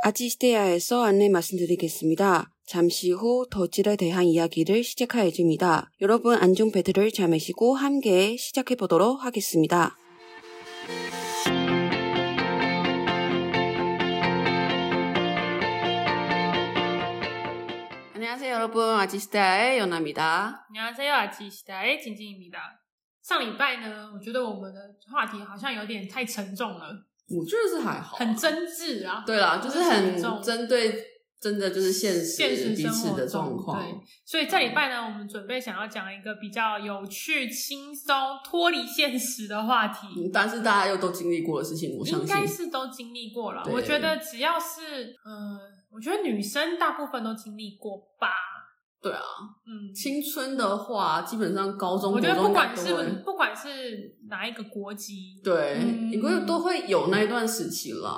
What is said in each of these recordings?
아지스테야에서 안내 말씀드리겠습니다. 잠시 후 더질에 대한 이야기를 시작하여줍니다. 여러분 안중 배틀을 잠으시고 함께 시작해보도록 하겠습니다. 안녕하세요 여러분 아지스테야의 연아입니다. 안녕하세요, 아치 시다의 진진입니다。上礼拜呢，我觉得我们的话题好像有点太沉重了，我觉得是还好，很真挚啊。哦对啦，就是很很重针对真的就是现实现实彼生此活的中状况嗯对。，所以这礼拜呢，我们准备想要讲一个比较有趣、轻松、脱离现实的话题，嗯但是大家又都经历过的事情，我相应该信。是都经历过了。对我觉得只要是，嗯、我觉得女生大部分都经历过吧。对啊，嗯，青春的话，基本上高中、我觉得国中不管都是不会是不管是哪一个国籍，对，嗯你会都会有那一段时期啦，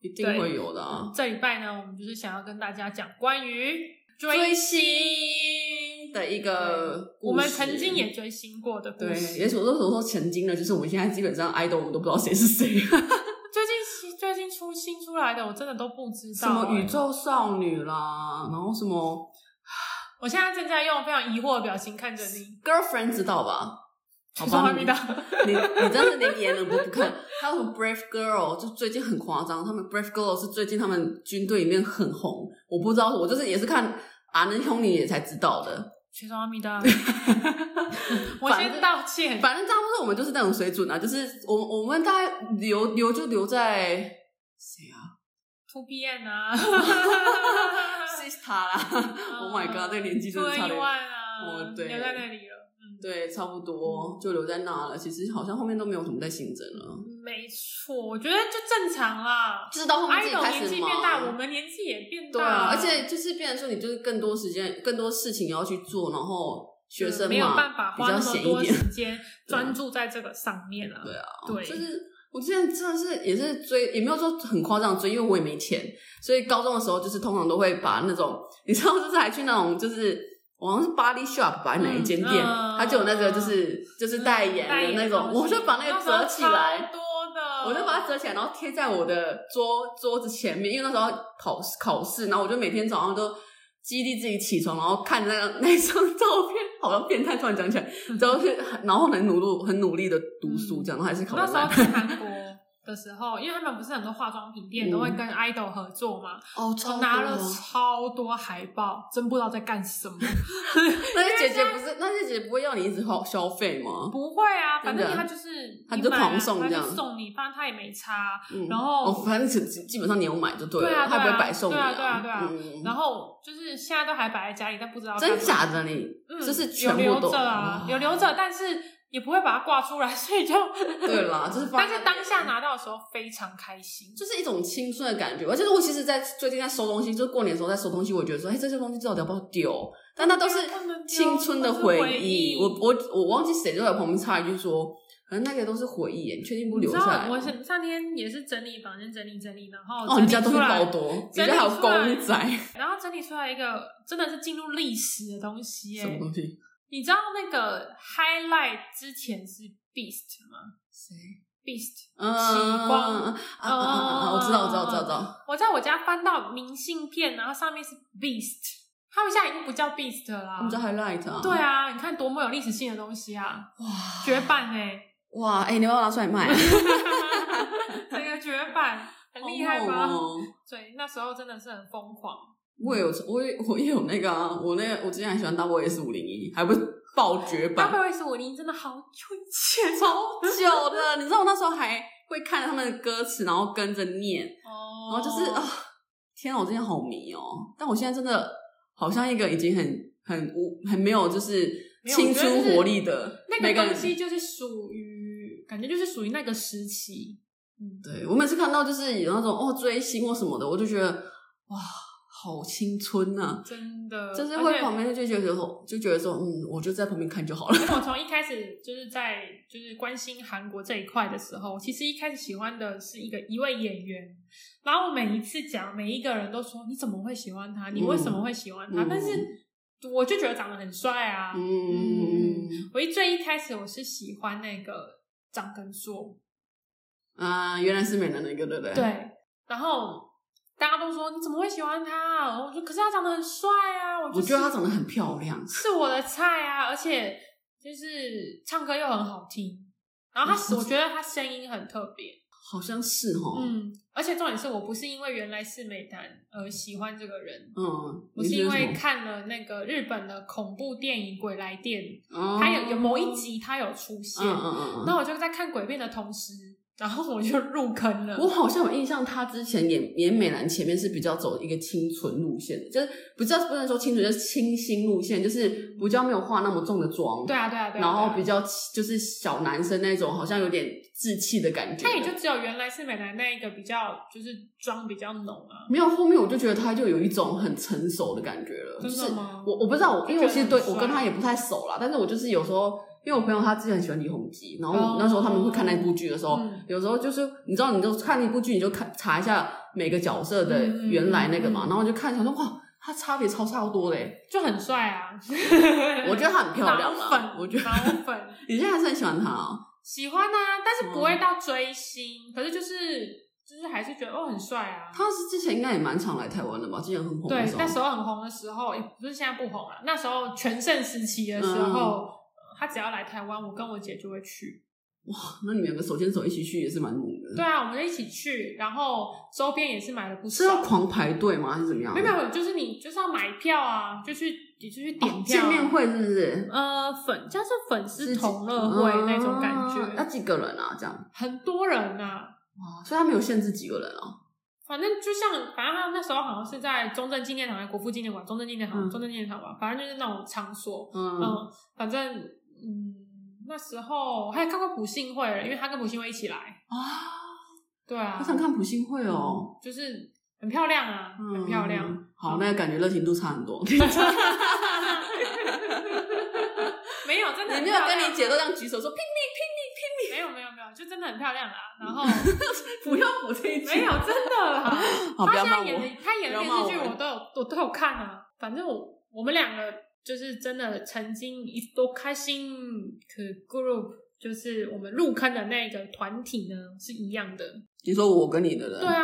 一定对会有的、啊。这礼拜呢，我们就是想要跟大家讲关于追追星的一个故事，我们曾经也追星过的故对，事。也所说所说曾经的，就是我们现在基本上 idol 我们都不知道谁是 谁，最近新最近出新出来的，我真的都不知什道、哎么宇，宙少女啦，然后什么我现在正在用非常疑惑的表情看着你， girlfriend 知道吧？好我说吧，还你没到。你你真的连演了都不看，还有什么 Brave Girl，就最近很夸张，他们 Brave Girl 是最近他们军队里面很红，我不知道，我就是也是看阿能兄弟也才知道的。学生阿弥 达，我反先正道歉。反正大部分我们就是那种水准啊，就是我们我们大概留留就留在谁 啊 Two PM 啊，Sister 啦 ，Oh my god，这个年纪真，Two 的差 N 点 One。啊，哦对留在那里了。嗯， 对，差不多就留在那了。其实好像后面都没有什么在新增了，没错，我觉得就正常啦。就是到后面自己 idol 开啊年始纪忙变大，我们年纪也变大，对啊，而且就是变成说，你就是更多时间、更多事情要去做，然后学生嘛，嗯没有办法花那么比较闲多一点时 间专注在这个上面了。对啊，对，就是我之前真的是也是追，也没有说很夸张追，因为我也没钱，所以高中的时候就是通常都会把那种，你知道，就是还去那种就是。我好像是 Body Shop 吧，哪一间店，嗯它就有那个就是就是代言代的言那种，东我西就把那个折起那时来候超，多的，我就把它折起来，然后贴在我的桌桌子前面，因为那时候考试考试，然后我就每天早上都激励自己起床，然后看那个 那张照片，好像变态，突然讲起来，嗯然后是然后很努力很努力的读书，这样然后还是考得我嗯那时烂候。去韩国的时候，因为他们不是很多化妆品店都会嗯跟 idol 合作嘛，哦，我拿了超多海报，真不知道在干什么。 那些姐姐不是那些姐姐不会要你一直消消费吗？不会啊，反真正的他就是他你就买了啊狂送他这就样送你，反正他也没差。啊嗯，然后哦，反正基基本上你有买就对了，对啊他也不对会啊白送你对啊对啊嗯，然后就是现在都还摆在家里，但不知道干真嘛假的你，嗯，就是全有部留都哦着啊哇，有留着，但是也不会把它挂出来，所以就对啦，就是放 但在是那当边下拿到的时候非常开心，就是一种青春的感觉吧。而且我其实，在最近在收东西，就是过年的时候在收东西，我觉得说，哎，这些东西到底要不要丢？但那都是不能丢青春的都是回回忆。忆我我我忘记谁就在旁边插一句说，可能那个都是回忆耶，你确定不你留知下道来吗？我是上天也是整理房间整理整理，然后哦，整你理家东西出来包多，你整理家还有出来公仔，然后整理出来一个真的是进入历史的东西什么耶。东西？你知道那个 highlight 之前是 beast 吗谁？ ？beast 嗯，极光啊啊啊啊啊！我知道，我知道，我知道，我知道。我在我家翻到明信片，然后上面是 beast，他们现在已经不叫 beast 了啦我。们叫 highlight 啊。对，啊，你看多么有历史性的东西啊，哇绝版哎、 哇，哎，你要不要拿出来卖？整个绝版，很厉害好吧？猛哦对，那时候真的是很疯狂。我也有，我也我也有那个啊，我那个我之前很喜欢 Double S 五零一，还不是爆绝大版，卫是我林真的好久以前超久的。你知道我那时候还会看着他们的歌词，然后跟着念，然哦后就是啊、天啊，我之前好迷哦。但我现在真的好像一个已经很很无很没有就是没有青我觉得春就是活力的那每个东人西就是属于，感觉就是属于那个时期。嗯，对我每次看到就是有那种哦追星或什么的，我就觉得哇，好青春呐、真的，就是呃而会且旁边就觉得说，就觉得说，嗯，我就在旁边看就好了。因为我从一开始就是在就是关心韩国这一块的时候，其实一开始喜欢的是一个一位演员，然后我每一次讲每一个人都说你怎么会喜欢他，你为什么会喜欢他？嗯但是我就觉得长得很帅啊，嗯我一最一开始我是喜欢那个张根硕，啊、原来是美男的一个，对不对？对，然后大家都说你怎么会喜欢他？啊我说可是他长得很帅啊，我我觉得她是长得很漂亮，是我的菜啊，而且就是唱歌又很好听，然后他嗯我觉得他声音很特别，好像是哦。嗯，而且重点是我不是因为原来是美男而喜欢这个人，嗯，我你是觉得因什为么看了那个日本的恐怖电影《鬼来电》，哦他有有某一集他有出现，嗯嗯嗯嗯，那我就在看鬼片的同时，然后我就入坑了。我好像有印象，她之前演演美兰前面是比较走一个清纯路线的，就是不知道不能说清纯，就是清新路线，就是比较没有化那么重的妆，对啊，对啊，对啊。然后对比啊较就是小男生那种，好像有点稚气的感觉。他也就只有原来是美男那一个比较，就是妆比较浓啊。没有后面，我就觉得他就有一种很成熟的感觉了，就真是的吗我我不知道，我因为我其实对就觉得很我帅跟他也不太熟啦，但是我就是有时候。因为我朋友他之前很喜欢李弘基，然后哦那时候他们会看那部剧的时候，嗯有时候就是你知道，你就看一部剧，你就看查一下每个角色的嗯原来那个嘛，嗯然后就看想说哇，他差别超超多嘞，就很帅啊。 我觉得她很漂亮脑啦粉，，我觉得脑粉你现在还是很喜欢他哦，喜欢 啊，但是不会到追星，可是就是就是还是觉得哦很帅啊。他是之前应该也蛮常来台湾的吧，之前很红的对时，候，那时候很红的时候，也不是现在不红了、那时候全盛时期的时嗯候，呃他只要来台湾，我跟我姐就会去。那你们两个手牵手一起去也是蛮猛的，对啊，我们就一起去，然后周边也是买了不是要少。狂排队吗？还是怎么样？没有没有，就是你就是要买票啊，就去你就去点票、啊哦见面，会是不嗯是？呃，粉像是粉丝是同乐会那种感觉，啊要几个人啊？这样，很多人啊。哇所以他没有限制几个人啊。反正就像，反正他那时候好像是在中正纪念堂、还是国父纪念馆、中正纪念堂、嗯中正纪念堂吧，反正就是那种场所。嗯，嗯，反正嗯，那时候还有看过普信会了，因为他跟普信会一起来。啊，对啊，嗯好想看普信会哦，就是很漂亮啊，嗯很漂亮。。好，那感觉热情度差很 多。没有，真的很你没有漂亮跟你姐都这样举手说拼命没有没有没有，就真的很漂亮啦。 然后拼命，不要补这一句。没有，真的啦，好，哦不她要现骂在演我。的她演的不电要骂视我剧我都有我都有看啊。反正我我们两个就是真的曾经一多开心可 group。就是我们入坑的那个团体呢是一样的，你说我跟你的人，对，啊，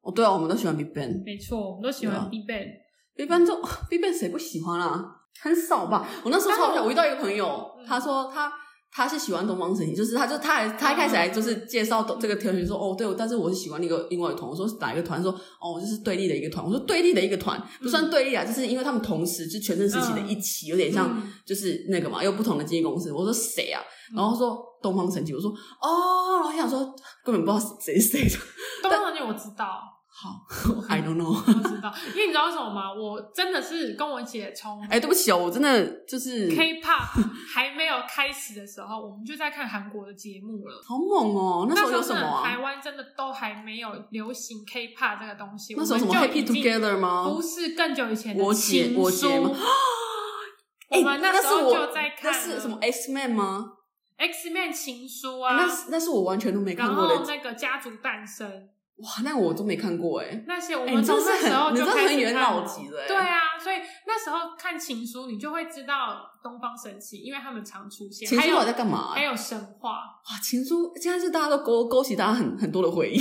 哦对啊，我们都喜欢 BigBang。没错，我们都喜欢对啊 B Ban， Big Bang 就 Big Bang 谁不喜欢啊？很少吧。我那时候超但想，我我遇到一个朋友，嗯他说他他是喜欢东方神起，就是他就他还他一开始还就是介绍这个团员说哦对，但是我是喜欢那个另外一个团，我说是哪一个团？他说哦我就是对立的一个团，我说对立的一个团嗯不算对立啊，就是因为他们同时就全盛时期的一起，有点像嗯就是那个嘛，有不同的经纪公司。我说谁啊？嗯然后他说东方神起，我说哦，然后想说根本不知道谁是谁的。东方神起我知道，好，I don't know。我知道，因为你知道为什么吗？我真的是跟我姐从哎、对不起哦，我真的就是。 K-pop 还没有开始的时候，我们就在看韩国的节目了。好猛哦！那时候有什么真的台啊？湾真的都还没有流行 K-pop 这个东西，那时候什么我们就 Happy 已经 Together 吗不？是更久以前的我姐情书我姐吗 我们哎那是时候我就在看那是什么 X Man 吗？ X Man 情书哎啊，那是那是我完全都没看然过后的。那个家族诞生哇，那我都没看过哎。那些，我哎们你从真的那是时候很就你真的开很始元看老了级的哎对啊，所以那时候看情书，你就会知道东方神起，因为他们常出现，情还书有到底在啊干嘛？还哇，有神话，情书现在是大家都勾勾起大家很很多的回忆。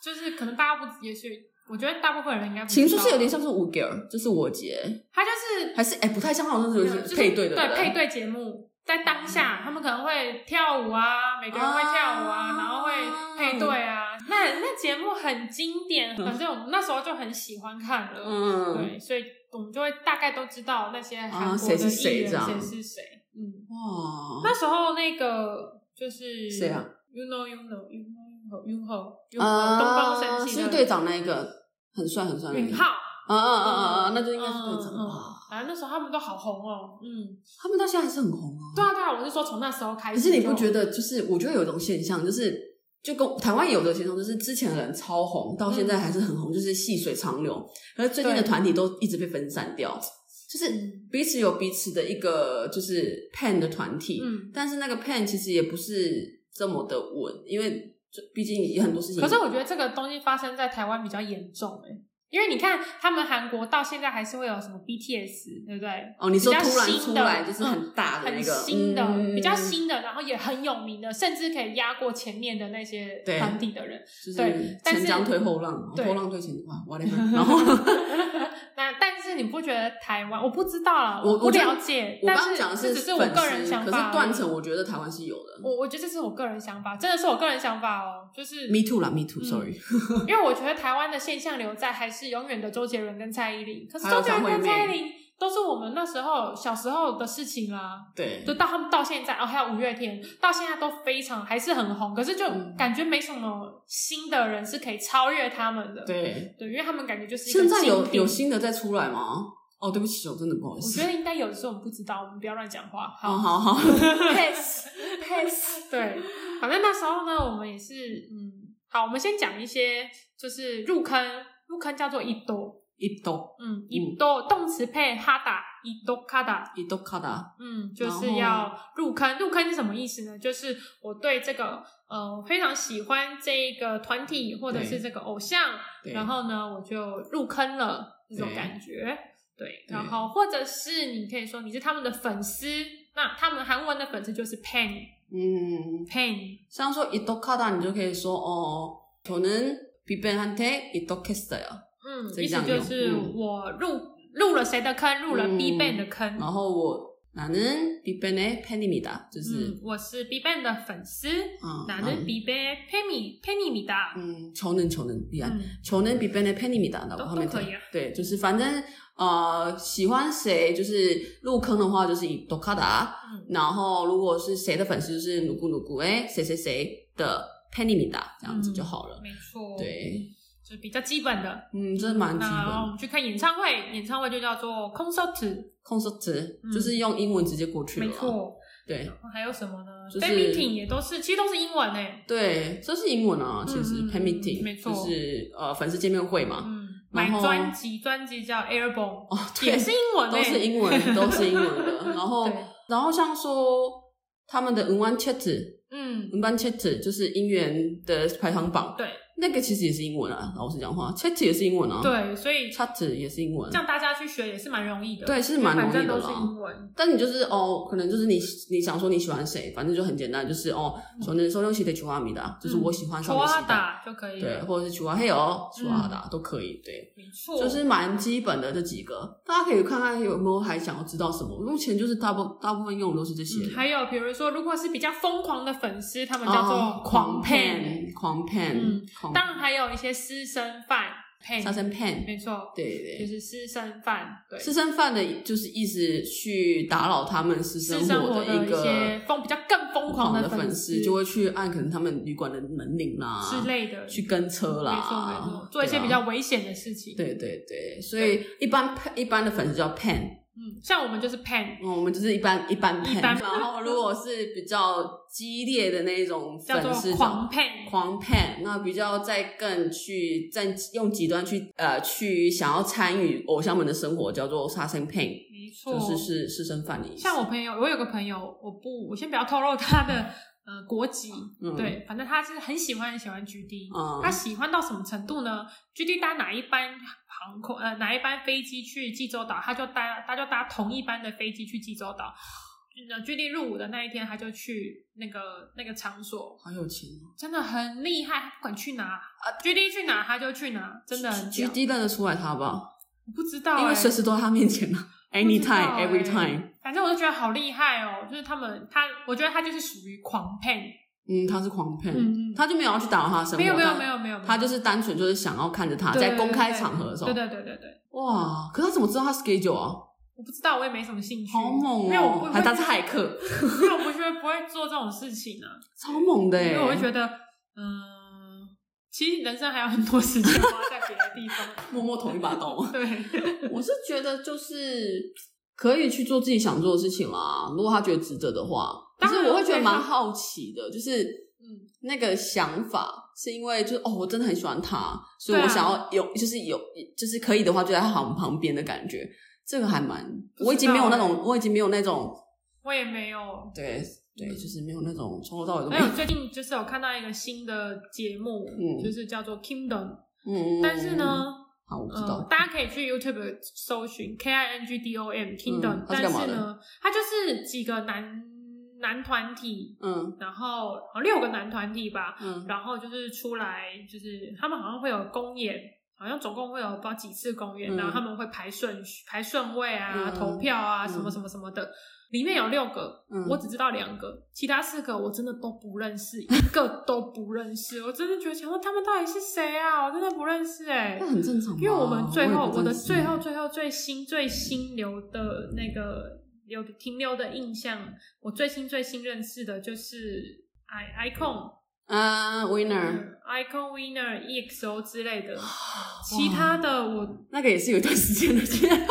就是可能大家不，也许我觉得大部分人应该不知道情书是有点，像是五 girl，就是我姐，他就是还是哎不太像，好像没是有有就是配对的对人配对节目，在当下他们可能会跳舞啊，每个人会跳舞啊，啊然后会配对啊，那那节目很经典，反正我们那时候就很喜欢看了，嗯，对，所以我们就会大概都知道那些韩啊国谁的是谁艺人这样谁是谁，嗯，哇，那时候那个就是谁啊？You know, you know, you know, you know, you know, you 啊 know，东方神起是的队长那一个，很帅很帅那允个。浩，嗯嗯嗯嗯嗯，那就应该是队长嗯嗯吧。反正那时候他们都好红哦，嗯，他们到现在还是很红啊。对啊对啊，我是说从那时候开可始，是你不觉？得，就是我觉得有一种现象，就是就跟台湾有的现象，就是之前的人超红，到现在还是很红，就是细水长流。而最近的嗯对团体都一直被分散掉，就是嗯彼此有彼此的一个就是 pan 的团体，嗯，但是那个 pan 其实也不是这么的稳，因为就毕竟也很多事情。可是我觉得这个东西发生在台湾比较严重哎，因为你看他们韩国到现在还是会有什么 BTS，对不对？哦，你说比较突然新出的嗯来就是很大的那很个新的、嗯比较新的，然后也很有名的，甚至可以压过前面的那些对团体的人。 就是对但是前掌推后浪，对后浪推前哇，whatever。然 后那但是你不觉得台湾？我不知道啊，我不我这了解。我但刚刚讲的这只是是我粉个人丝想可法而已。是断层我觉得台湾是有的。我我觉得这是我个人想法，真的是我个人想法哦。就是 Me too 啦，Me 嗯 too，sorry。因为我觉得台湾的现象留在还是永远的周杰伦跟蔡依林，可是还有周杰伦张惠跟妹蔡依林都是我们那时候小时候的事情啦，对，就到他们到现在哦，还有五月天到现在都非常还是很红，可是就嗯感觉没什么新的人是可以超越他们的，对，对，因为他们感觉就是一个现在有精品有新的再出来吗？哦，对不起，我真的不好意我思觉。得应该有的时候我们不知道，我们不要乱讲话，哦， 好好，pass pass。对，反正那时候呢，我们也是嗯，好，我们先讲一些就是入坑，入坑叫做一多。一斗嗯，一多动词配哈达，一多卡达，一斗卡达，嗯，就然是后要入坑。入坑是什么意思呢？就是我对这个呃非常喜欢这个团体或者对是这个偶像，对然后呢我就入坑了这种对感觉。对，对然后或者是你可以说你是他们的粉丝，那他们韩文的粉丝就是 pen 嗯， pen，像说 이떡하다 你就可以说哦，저는 비벤한테 이떡했어요. 嗯，这意思样就用是嗯我入入了谁的坑，入了嗯 B ban 的坑，然后我 나는 비벤의 팬입니다. 就是嗯，我是 B ban 的粉丝，嗯 나는 비베 페미 페미입니다. 음 저는 저는 미안. 음. 저는 빅뱅의 팬입니다라고 또- 하면 또 돼요. 거기야? 네, 就是反正呃喜欢谁就是入坑的话就是以 Dokada，、嗯然后如果是谁的粉丝就是누구누구의哎谁谁谁的 팬입니다 这样子就好了。没错，，对，就是比较基本的。嗯，这蛮基那我本。们去看演唱会，演唱会就叫做 concert， concert、嗯就是用英文直接过去了没啦。错。对还有什么呢啊就是？fan meeting 也都是，其实都是英文欸诶。对，这是英文啊，其实嗯嗯 팬 meeting 没错就是呃粉丝见面会嘛。嗯，买然后专辑，专辑叫 Airborne，哦，对也，是英文欸都诶，是英文，都是英文 的。然后对，然后像说他们的文玩 chat。嗯，文班 chat 就是音源的排行榜，对那个其实也是英文啊。老实讲话，chat 也是英文啊，对，所以，chat 也是英文这。样大家去学也是蛮容易的。对是蛮容易的啦因为反正都是英文。但你就是哦，可能就是你你想说你喜欢谁，反正就很简单，就是哦，저는소룡씨의좋아합니다，就是我喜欢上面喜嗯阿欢，达嗯就可以对，了，或者是좋아해요、좋아하다都可以，对，没错，就是蛮基本的这几个，大家可以看看有没有还想要知道什么。目前就是大部大部分用的都是这些嗯，，还有比如说，如果是比较疯狂的粉丝，他们叫哦做，狂骗。 pen 狂嗯 pen，狂当然还有一些私生饭配，沙僧 pen，没错，对对，就是私生饭，对，私生饭的，就是一直去打扰他们私私生生活活的的一一个些疯比较更疯狂的的粉丝，丝就会去按可能他们旅馆的门铃啦之类的，去跟车啦，啊没错没错，做一些比较危险的事情。对啊。对对对，所以一般 pan- 一般的粉丝叫 pan，嗯，像我们就是 pen，嗯，我们就是一般一般 pan，般然后如果是比较激烈的那一种叫粉丝做叫狂 pen，狂 pan，那比较再更去再用极端去呃去想要参与偶像们的生活，叫做杀生 pan，没错，就是是私生饭的意思。像我朋友，我有个朋友，我不，我先不要透露他的呃国籍，嗯对，反正他是很喜欢很喜欢 GD，、嗯他喜欢到什么程度呢？GD 搭哪一班航空呃哪一班飞机去济州岛，他就搭他就搭同一班的飞机去济州岛。那 GD 入伍的那一天，他就去那个那个场所，好有钱哦。真的很厉害，他不管去哪呃啊，GD 去哪他就去哪，真的很狙屌。击认得出来他吧，我不知道、欸，因为随时都在他面前啊不知道，anytime 欸 every time。反正我就觉得好厉害哦，就是他们，他我觉得他就是属于狂配，嗯，他是狂骗，嗯嗯他就没有要去打扰他的生活，没有没有但没有没有，他就是单纯就是想要看着他对啊在公开场合的时候对，对对对对，哇！可是他怎么知道他 schedule 啊？我不知道，我也没什么兴趣，好猛因为我哦不，还他是骇， 客，因为我不觉得不会做这种事情 啊，超猛的因欸为我会觉得，嗯，其实人生还有很多时间花在别的地方， 默默捅一把刀。对，我是觉得就是可以去做自己想做的事情啦，如果他觉得值得的话。但当是然我会觉得对蛮啊好奇的，就是嗯，那个想法是因为就是哦，我真的很喜欢他，所以对啊我想要有、就是有就是可以的话就在他旁旁边的感觉，这个还蛮我已经没有那欸种我已经没有那种我也没有。对对，就是没有那种从头到尾都没还有嗯有最近就是有看到一个新的节目，嗯就是叫做《Kingdom》，嗯，但是呢，好，我不知道。嗯，大家可以去 YouTube 搜寻 K I N G D O M Kingdom，、嗯它是但干嘛的是呢，它就是几个男男团体，嗯然后哦六个男团体吧，嗯然后就是出来，就是他们好像会有公演，好像总共会有不知道几次公演，嗯然后他们会排顺序、排顺位啊、嗯投票啊、嗯什么什么什么的。里面有六个，嗯我只知道两个，其他四个我真的都不认识，一个都不认识。我真的觉得想说他们到底是谁啊？我真的不认 识哎、那很正常吧。因为我们最也后不我的珍惜最后最后最新最新留的那个留停留的印象，我最新最新认识的就是 i icon。啊，winner，嗯 Icon Winner、EXO 之类的，其他的我那个也是有一段时间的，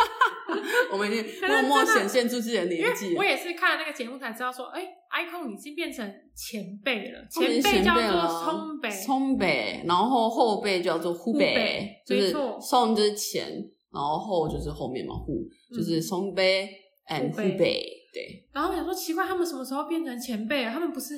我们已经可是默默真的显现出自己的因年纪为了我。也是看了那个节目才知道说，哎、i c o n 已经变成前辈了，他们已经辈叫前辈了做啊松北，松北，然后后辈叫做户户北北，就是没错松就是前，然后后就是后面嘛，户嗯就是松北 and 户北户北，对，然后我想说奇怪，他们什么时候变成前辈了？他们不是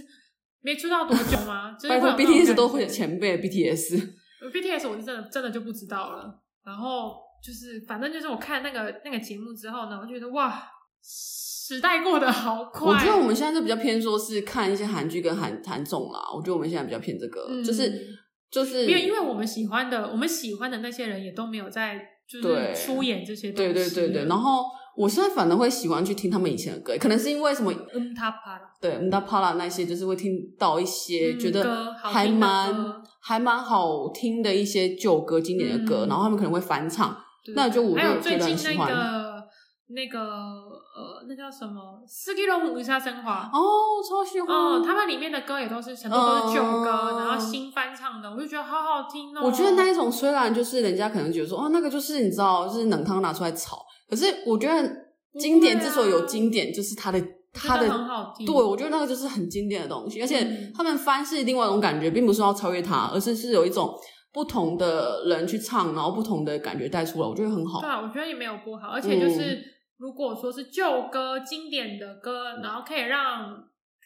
没出道多久吗？就是拜托会有那种 BTS 都会有感觉前辈 BTS，呃 BTS 我是真的真的就不知道了。然后就是反正就是我看那个那个节目之后呢，我就觉得哇，时代过得好快。我觉得我们现在是比较偏说是看一些韩剧跟韩韩综啦，我觉得我们现在比较偏这个，嗯就是就是没有，因为我们喜欢的，我们喜欢的那些人也都没有在就对是出演这些东对西。对对对，然后我现在反而会喜欢去听他们以前的歌，可能是因为什么嗯，他啪啦，对，我们到 Pala 那些，就是会听到一些、嗯觉歌得好还听的蛮歌还蛮好听的一些旧歌、经典的歌，嗯然后他们可能会哦翻唱。对那就我还有就觉最得很近喜那欢个那个呃，那叫什么《四季龙五下生华》哦，超喜欢！哦，他们里面的歌也都是很多都是旧歌，哦然后新翻唱的，我就觉得好好听哦。我觉得那一种虽然就是人家可能觉得说哦，那个就是你知道，就是冷汤拿出来炒，可是我觉得经典之所以有经典，就是它的它真的的很好听，对，我觉得那个就是很经典的东西，而且嗯他们翻是另外一种感觉，并不是要超越它，而是是有一种不同的人去唱，然后不同的感觉带出来，我觉得很好嗯对。啊，我觉得也没有不好，而且就是、如果说是旧歌、经典的歌，然后可以让，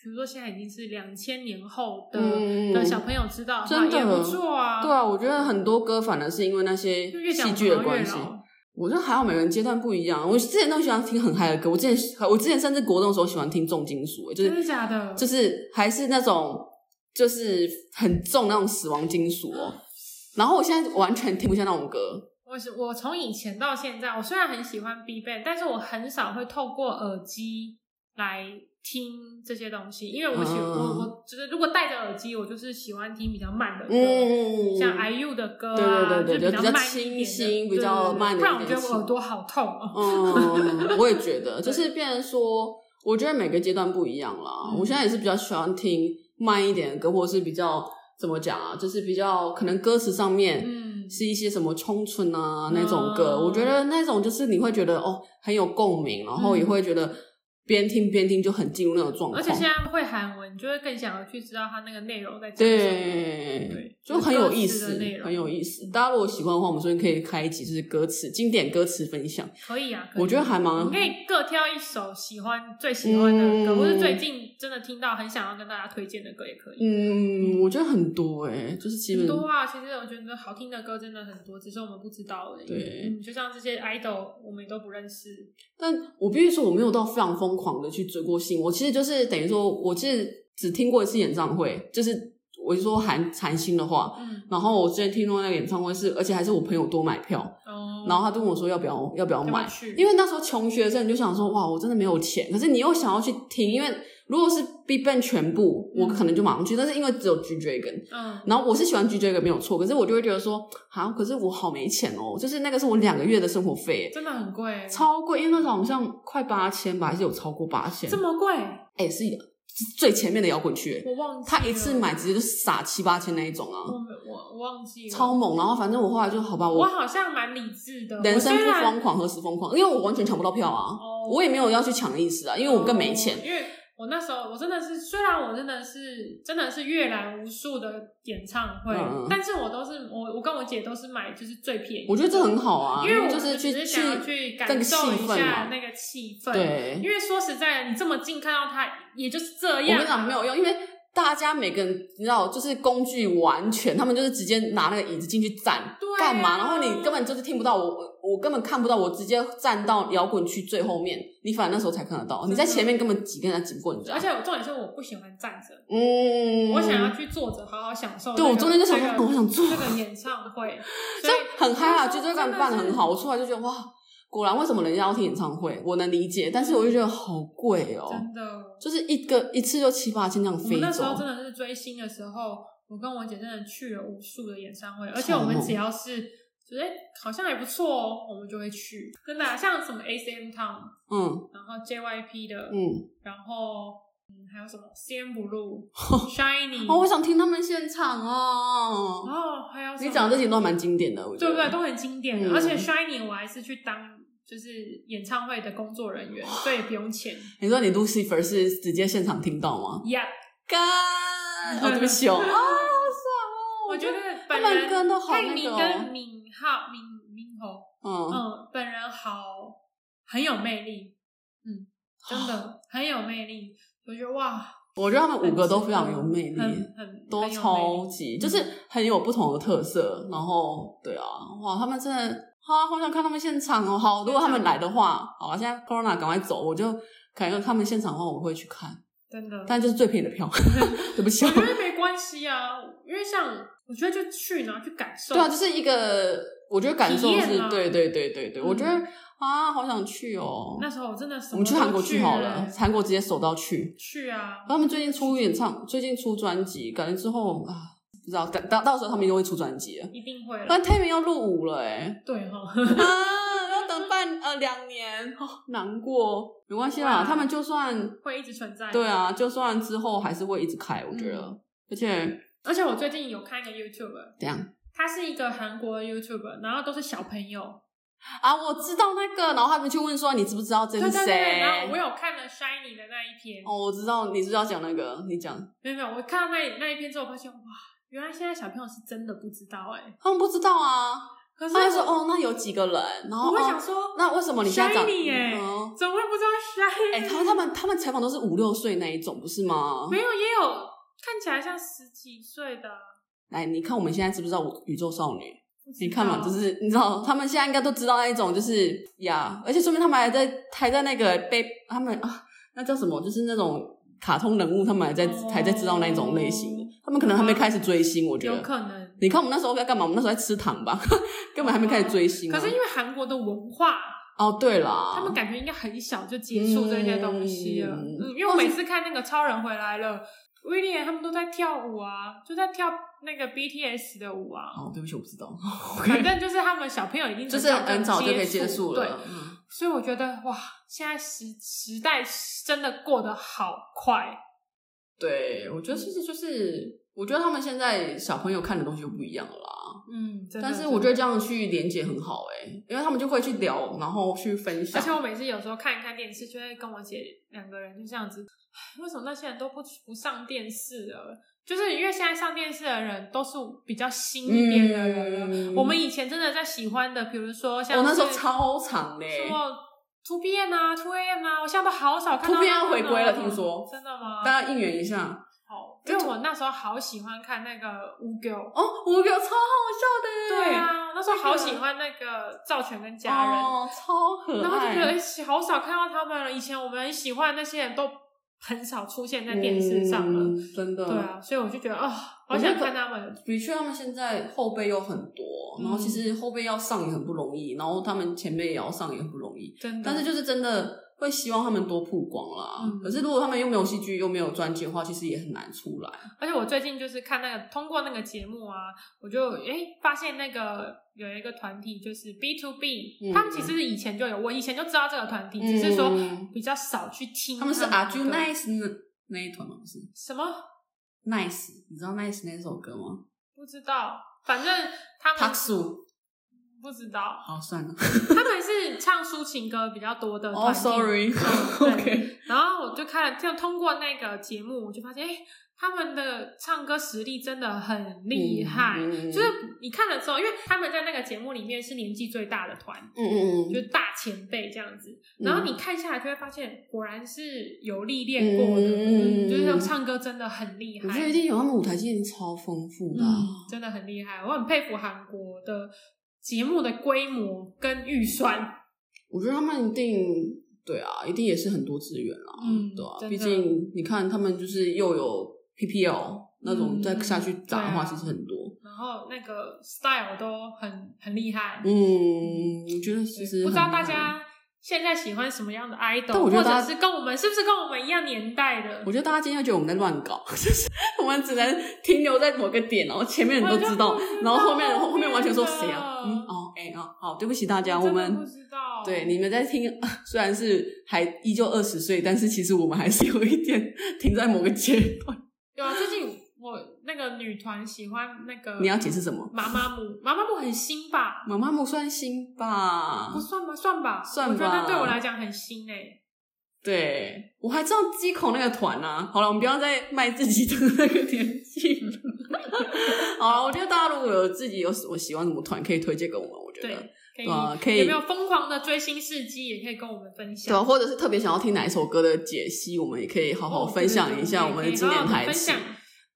比如说现在已经是两千年后的、嗯的小朋友知道，真的也不错啊。对啊，我觉得很多歌反而是因为那些就越戏讲反剧的而关越系。老。我觉得还好，每个人阶段不一样。我之前都喜欢听很嗨的歌，我之前我之前甚至国中的时候喜欢听重金属，欸就真的是假的？就是还是那种就是很重那种死亡金属哦。然后我现在完全听不下那种歌，我是我从以前到现在，我虽然很喜欢 B Ban，但是我很少会透过耳机来听这些东西，因为我喜、嗯我我就是如果戴着耳机，我就是喜欢听比较慢的歌。嗯，像 IU 的歌对对啊，对对就就比比较慢一点清的新对比较对对慢的不然一我觉点得我情耳朵好痛哦。嗯，我也觉得，就是变成说，我觉得每个阶段不一样啦。嗯我现在也是比较喜欢听慢一点的歌，或者是比较怎么讲啊，就是比较可能歌词上面嗯，是一些什么冲春啊那种歌，嗯我觉得那种就是你会觉得哦很有共鸣，然后也会觉得边听边听就很进入那种状而况，且现在会韩文，就会更想要去知道它那个内容在讲什么。对对。就很有意就是歌思词的内，容很有意思。大家如果喜欢的话，我们说可以开一集就是歌词经典歌词分享，可以啊，可以我觉得还蛮你可以各挑一首喜欢、最喜欢的歌，嗯或是最近真的听到很想要跟大家推荐的歌也可以。嗯，我觉得很多哎、就是基本很多啊，其实我觉得好听的歌真的很多，只是我们不知道而已。对嗯，就像这些 idol，我们也都不认识。但我必须说，我没有到非常疯狂的去追过星。我其实就是等于说，我其实只听过一次演唱会，就是我就说韩韩星的话。嗯，然后我之前听说那个演唱会是，而且还是我朋友多买票，哦，然后他就问我说要不要要不要要不要买，去？因为那时候穷学生，你就想说哇，我真的没有钱，可是你又想要去听，因为如果是 Big Bang 全部，我嗯可能就马上去，但是因为只有 G Dragon，嗯，然后我是喜欢 G Dragon 没有错，可是我就会觉得说，啊，可是我好没钱哦，就是那个是我两个月的生活费耶，真的很贵，超贵，因为那时候好像快八千吧，还是有超过八千这。么贵，哎、是是最前面的摇滚区、欸，我忘记了。他一次买直接就撒七八千那一种啊，我没我我忘记了，超猛。然后反正我后来就好吧，我我好像蛮理智的，人生我虽不然疯狂何时疯狂？因为我完全抢不到票啊，哦我也没有要去抢的意思啊，因为我更没钱哦。因为我那时候我真的是，虽然我真的是真的是阅览无数的演唱会，嗯但是我都是我我跟我姐都是买就是最便宜的，我觉得这很好啊，因为我就们是只去是想要去去这感个受气一氛下嘛那个气氛。，对因。为说实在的，你这么近看到他也就是这我跟样啊你，讲没有用，因为大家每个人你知道，就是工具完全，他们就是直接拿那个椅子进去站，对啊干嘛？然后你根本就是听不到我，我我根本看不到，我直接站到摇滚区最后面，你反而那时候才看得到，你在前面根本挤跟人家挤不过人家。而且我重点是我不喜欢站着，嗯，我想要去坐着好好享受这对个、我中间就想说这个我想坐这个演唱 会，所以很嗨啊，节奏感办的很好。真我出来就觉得哇，果然为什么人家要听演唱会，我能理解，但是我就觉得好贵哦、的是。真的，就是一个一次就七八千这样我飞们那时走候，真的是追星的时候，我跟我姐真的去了无数的演唱会，而且我们只要是觉得哎好像还不错哦，我们就会去。真的啊、像什么 ACM Town，嗯然后 JYP 的，嗯，然后嗯还有什么 CN Blue、Shiny，哦，我想听他们现场哦。然后还有什么你讲的这些都蛮经典的，我觉得。对不对？都很经典的，嗯而且 Shiny 我还是去当就是演唱会的工作 人员，所以不用钱。你说你 Lucifer 是直接现场听到 吗？呀、干，哦，对不起哦，啊，好爽哦，我觉得本他们人跟都好佩那妮个哦跟敏浩敏敏侯，嗯，嗯，本人好很有魅力，嗯，哦真的很有魅力。我觉得哇，我觉得他们五个都非常有很魅力，很很都很有魅超力级，就是很有不同的特色。然后，对啊，哇，他们真的啊，好想看他们现场哦。好，如果他们来的话，好啊，现在 Corona 赶快走，我就感觉他们现场的话，我会去看，真的。但就是最便宜的票， 对不起哦 我。觉得没关系啊，因为像我觉得就去呢，去感受。对啊，就是一个，我觉得感受体验是啊对对对对对，嗯我觉得啊，好想去哦。那时候我真的我什么们去都韩国去去好了欸，韩国直接手到去。去啊，他们最近出演唱，最近出专辑，感觉之后啊，不知道，感到到时候他们又会出专辑了。一定会了。但 Tammy 要入伍了哎、对哈、啊，要等半呃两年，哦， 难过。没关系啦，哇他们就算 会一直存在。嗯对，啊，就算之后还是会一直开，我觉得。嗯而且而且我最近有看一个 YouTube，怎样他是一个韩国 YouTube，然后都是小朋友。啊？我知道那个，然后他们去问说你知不知道这对是对对，然谁后我？有看了 Shiny 的那一篇，哦，我知道，你知道讲那个，你讲，没有没有，我看到那那一篇之后，我发现哇，原来现在小朋友是真的不知道哎、他们不知道啊。可是他就说哦，那有几个人，然我后会想哦，说，那为什么你现在长？ Shiny 哎、嗯怎么会不知道 Shiny？、哎、哦他他们他们采访都是五六岁那一种，不是吗？没有，也有看起来像十几岁的啊。来，你看我们现在知不知道我宇宙少女？不知你看嘛，道就是你知道，他们现在应该都知道那一种，就是呀，而且说明他们还在还在那个被他们啊，那叫什么？就是那种卡通人物，他们还在、哦啊还在知道那一种类型的，他们可能还没开始追星，我觉有得。可能，你看我们那时候在干嘛？我们那时候在吃糖吧，根本还没开始追星、啊。可是因为韩国的文化。哦，对啦，他们感觉应该很小就接触这些东西了，嗯嗯因为我每次看那个超人回来了，威廉他们都在跳舞啊，就在跳那个 BTS 的舞 啊，哦，对不起，我不知道，反正就是他们小朋友已经就是很早早就就可以接接触对了，，嗯所以我觉得哇，现在时时代真的过得好快，对，我觉得其实就是，我觉得他们现在小朋友看的东西就不一样了啦。嗯，真的但是我觉得真的这样去连接很好哎、因为他们就会去聊，然后去分享而。且我每次有时候看一看电视，就会跟我姐两个人就这样子，唉为什么那些人都不不上电视了？就是因为现在上电视的人都是比较新一点的人了。嗯我们以前真的在喜欢的，比如说像我哦那时候是超长欸嘞、什么 Two p m 啊、Two AM 啊，我现在都好少看到 2PM 他们回归了听说真的吗？大家应援一下好，因为我那时候好喜欢看那个五九，哦，五个超好笑的、欸，对，啊，我那时候好喜欢那个赵全跟家人，哦，超 可然后就觉得爱。哎，好少看到他们了。以前我们很喜欢的那些人都很少出现在电视上了，嗯真的。对啊，所以我就觉得哦，我好觉得想看他们。的确，他们现在后辈又很多，嗯然后其实后辈要上也很不容易，然后他们前辈也要上也很不容易，真的，但是就是真的会希望他们多曝光啦。嗯可是如果他们又没有戏剧，又没有专辑的话，其实也很难出来。而且我最近就是看那个通过那个节目啊，我就哎发现那个有一个团体就是 B to B，、嗯他们其实以前就有，我以前就知道这个团体，嗯只是说比较少去听他们是阿 Are You Nice 那那一团吗？不是什么 Nice，你知道 Nice 那首歌吗不知道，反正他们 t a x u 不知道，好算 了。他们是唱抒情歌比较多的哦团 体。，Sorry。嗯对 OK，然后我就看，就通过那个节目，我就发现，哎、他们的唱歌实力真的很厉害，嗯嗯就是你看了之后，因为他们在那个节目里面是年纪最大的团，嗯嗯就嗯，是大前辈这样子。然后你看下来就会发现，果然是有历练过的，嗯嗯就是唱歌真的很厉害。我觉得一定有他们舞台经验超丰富的啊、嗯，真的很厉害，我很佩服韩国的节目的规模跟预算。我觉得他们一定对啊，一定也是很多资源啦，嗯对啊，真的毕竟你看他们就是又有 PPL 那种再下去砸的话，对啊其实很多。然后那个 style 都很很厉害，嗯，我觉得其实对不知道很大难，啊家现在喜欢什么样的 idol，但我觉得或大者家是跟我们是不是跟我们一样年代的？我觉得大家今天会觉得我们在乱搞， 就是我们只能停留在某个点，然后前面人都知道我就不知，道然后后面后后面完全说真的谁啊？嗯哦哎哦好，对不起大大家，我们不知道，对，你们在听， 虽然是还依旧二十岁，但是其实我们还是有一点停在某个阶段。有啊，最近我那个女团喜欢那个，你要解释什么？妈妈姆，妈妈姆很新吧？妈妈不算新吧不？算吧，算吧，算吧我觉得对我来讲很新欸诶、对，我还知道鸡口那个团啊。好了，我们不要再卖自己的那个年纪了。 好了，我觉得大家如果有自己有我喜欢什么团，可以推荐给我们。我觉对得，，可以，对啊可以有没有疯狂的追星事迹，也可以跟我们分对啊，享。或者是特别想要听哪一首歌的解析，我们也可以好好哦分享一下对对对我们可的以经典好好地台分词享，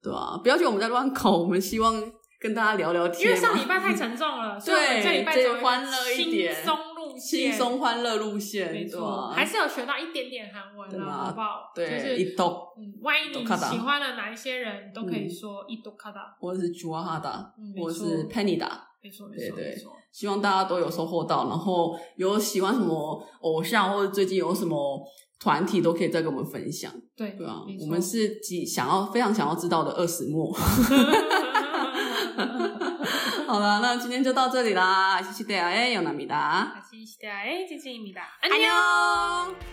对啊，不要觉得我们在乱搞，我们希望跟大家聊聊天因嘛。为上礼拜太沉重了，所以我们这礼拜嗯这走个欢乐一点轻松路线，轻松欢乐路线，没对错，吧还是有学到一点点韩文对啦，吧好不好？对，就是一懂，嗯，万一你喜欢的哪一些人都可以说一多卡达，我是朱阿哈达，嗯，没我错，嗯是 Penny 达，没错，没对错，对没错，希望大家都有收获到，然后有喜欢什么偶像或者最近有什么团体都可以再跟我们分享，对，对啊没，错我们 是极想要非常想要知道的二十末。好 어, 啦，那今天就到这里啦，谢谢大家，哎，有难米达， 다시시대아의지지입니다 安 안녕 妞。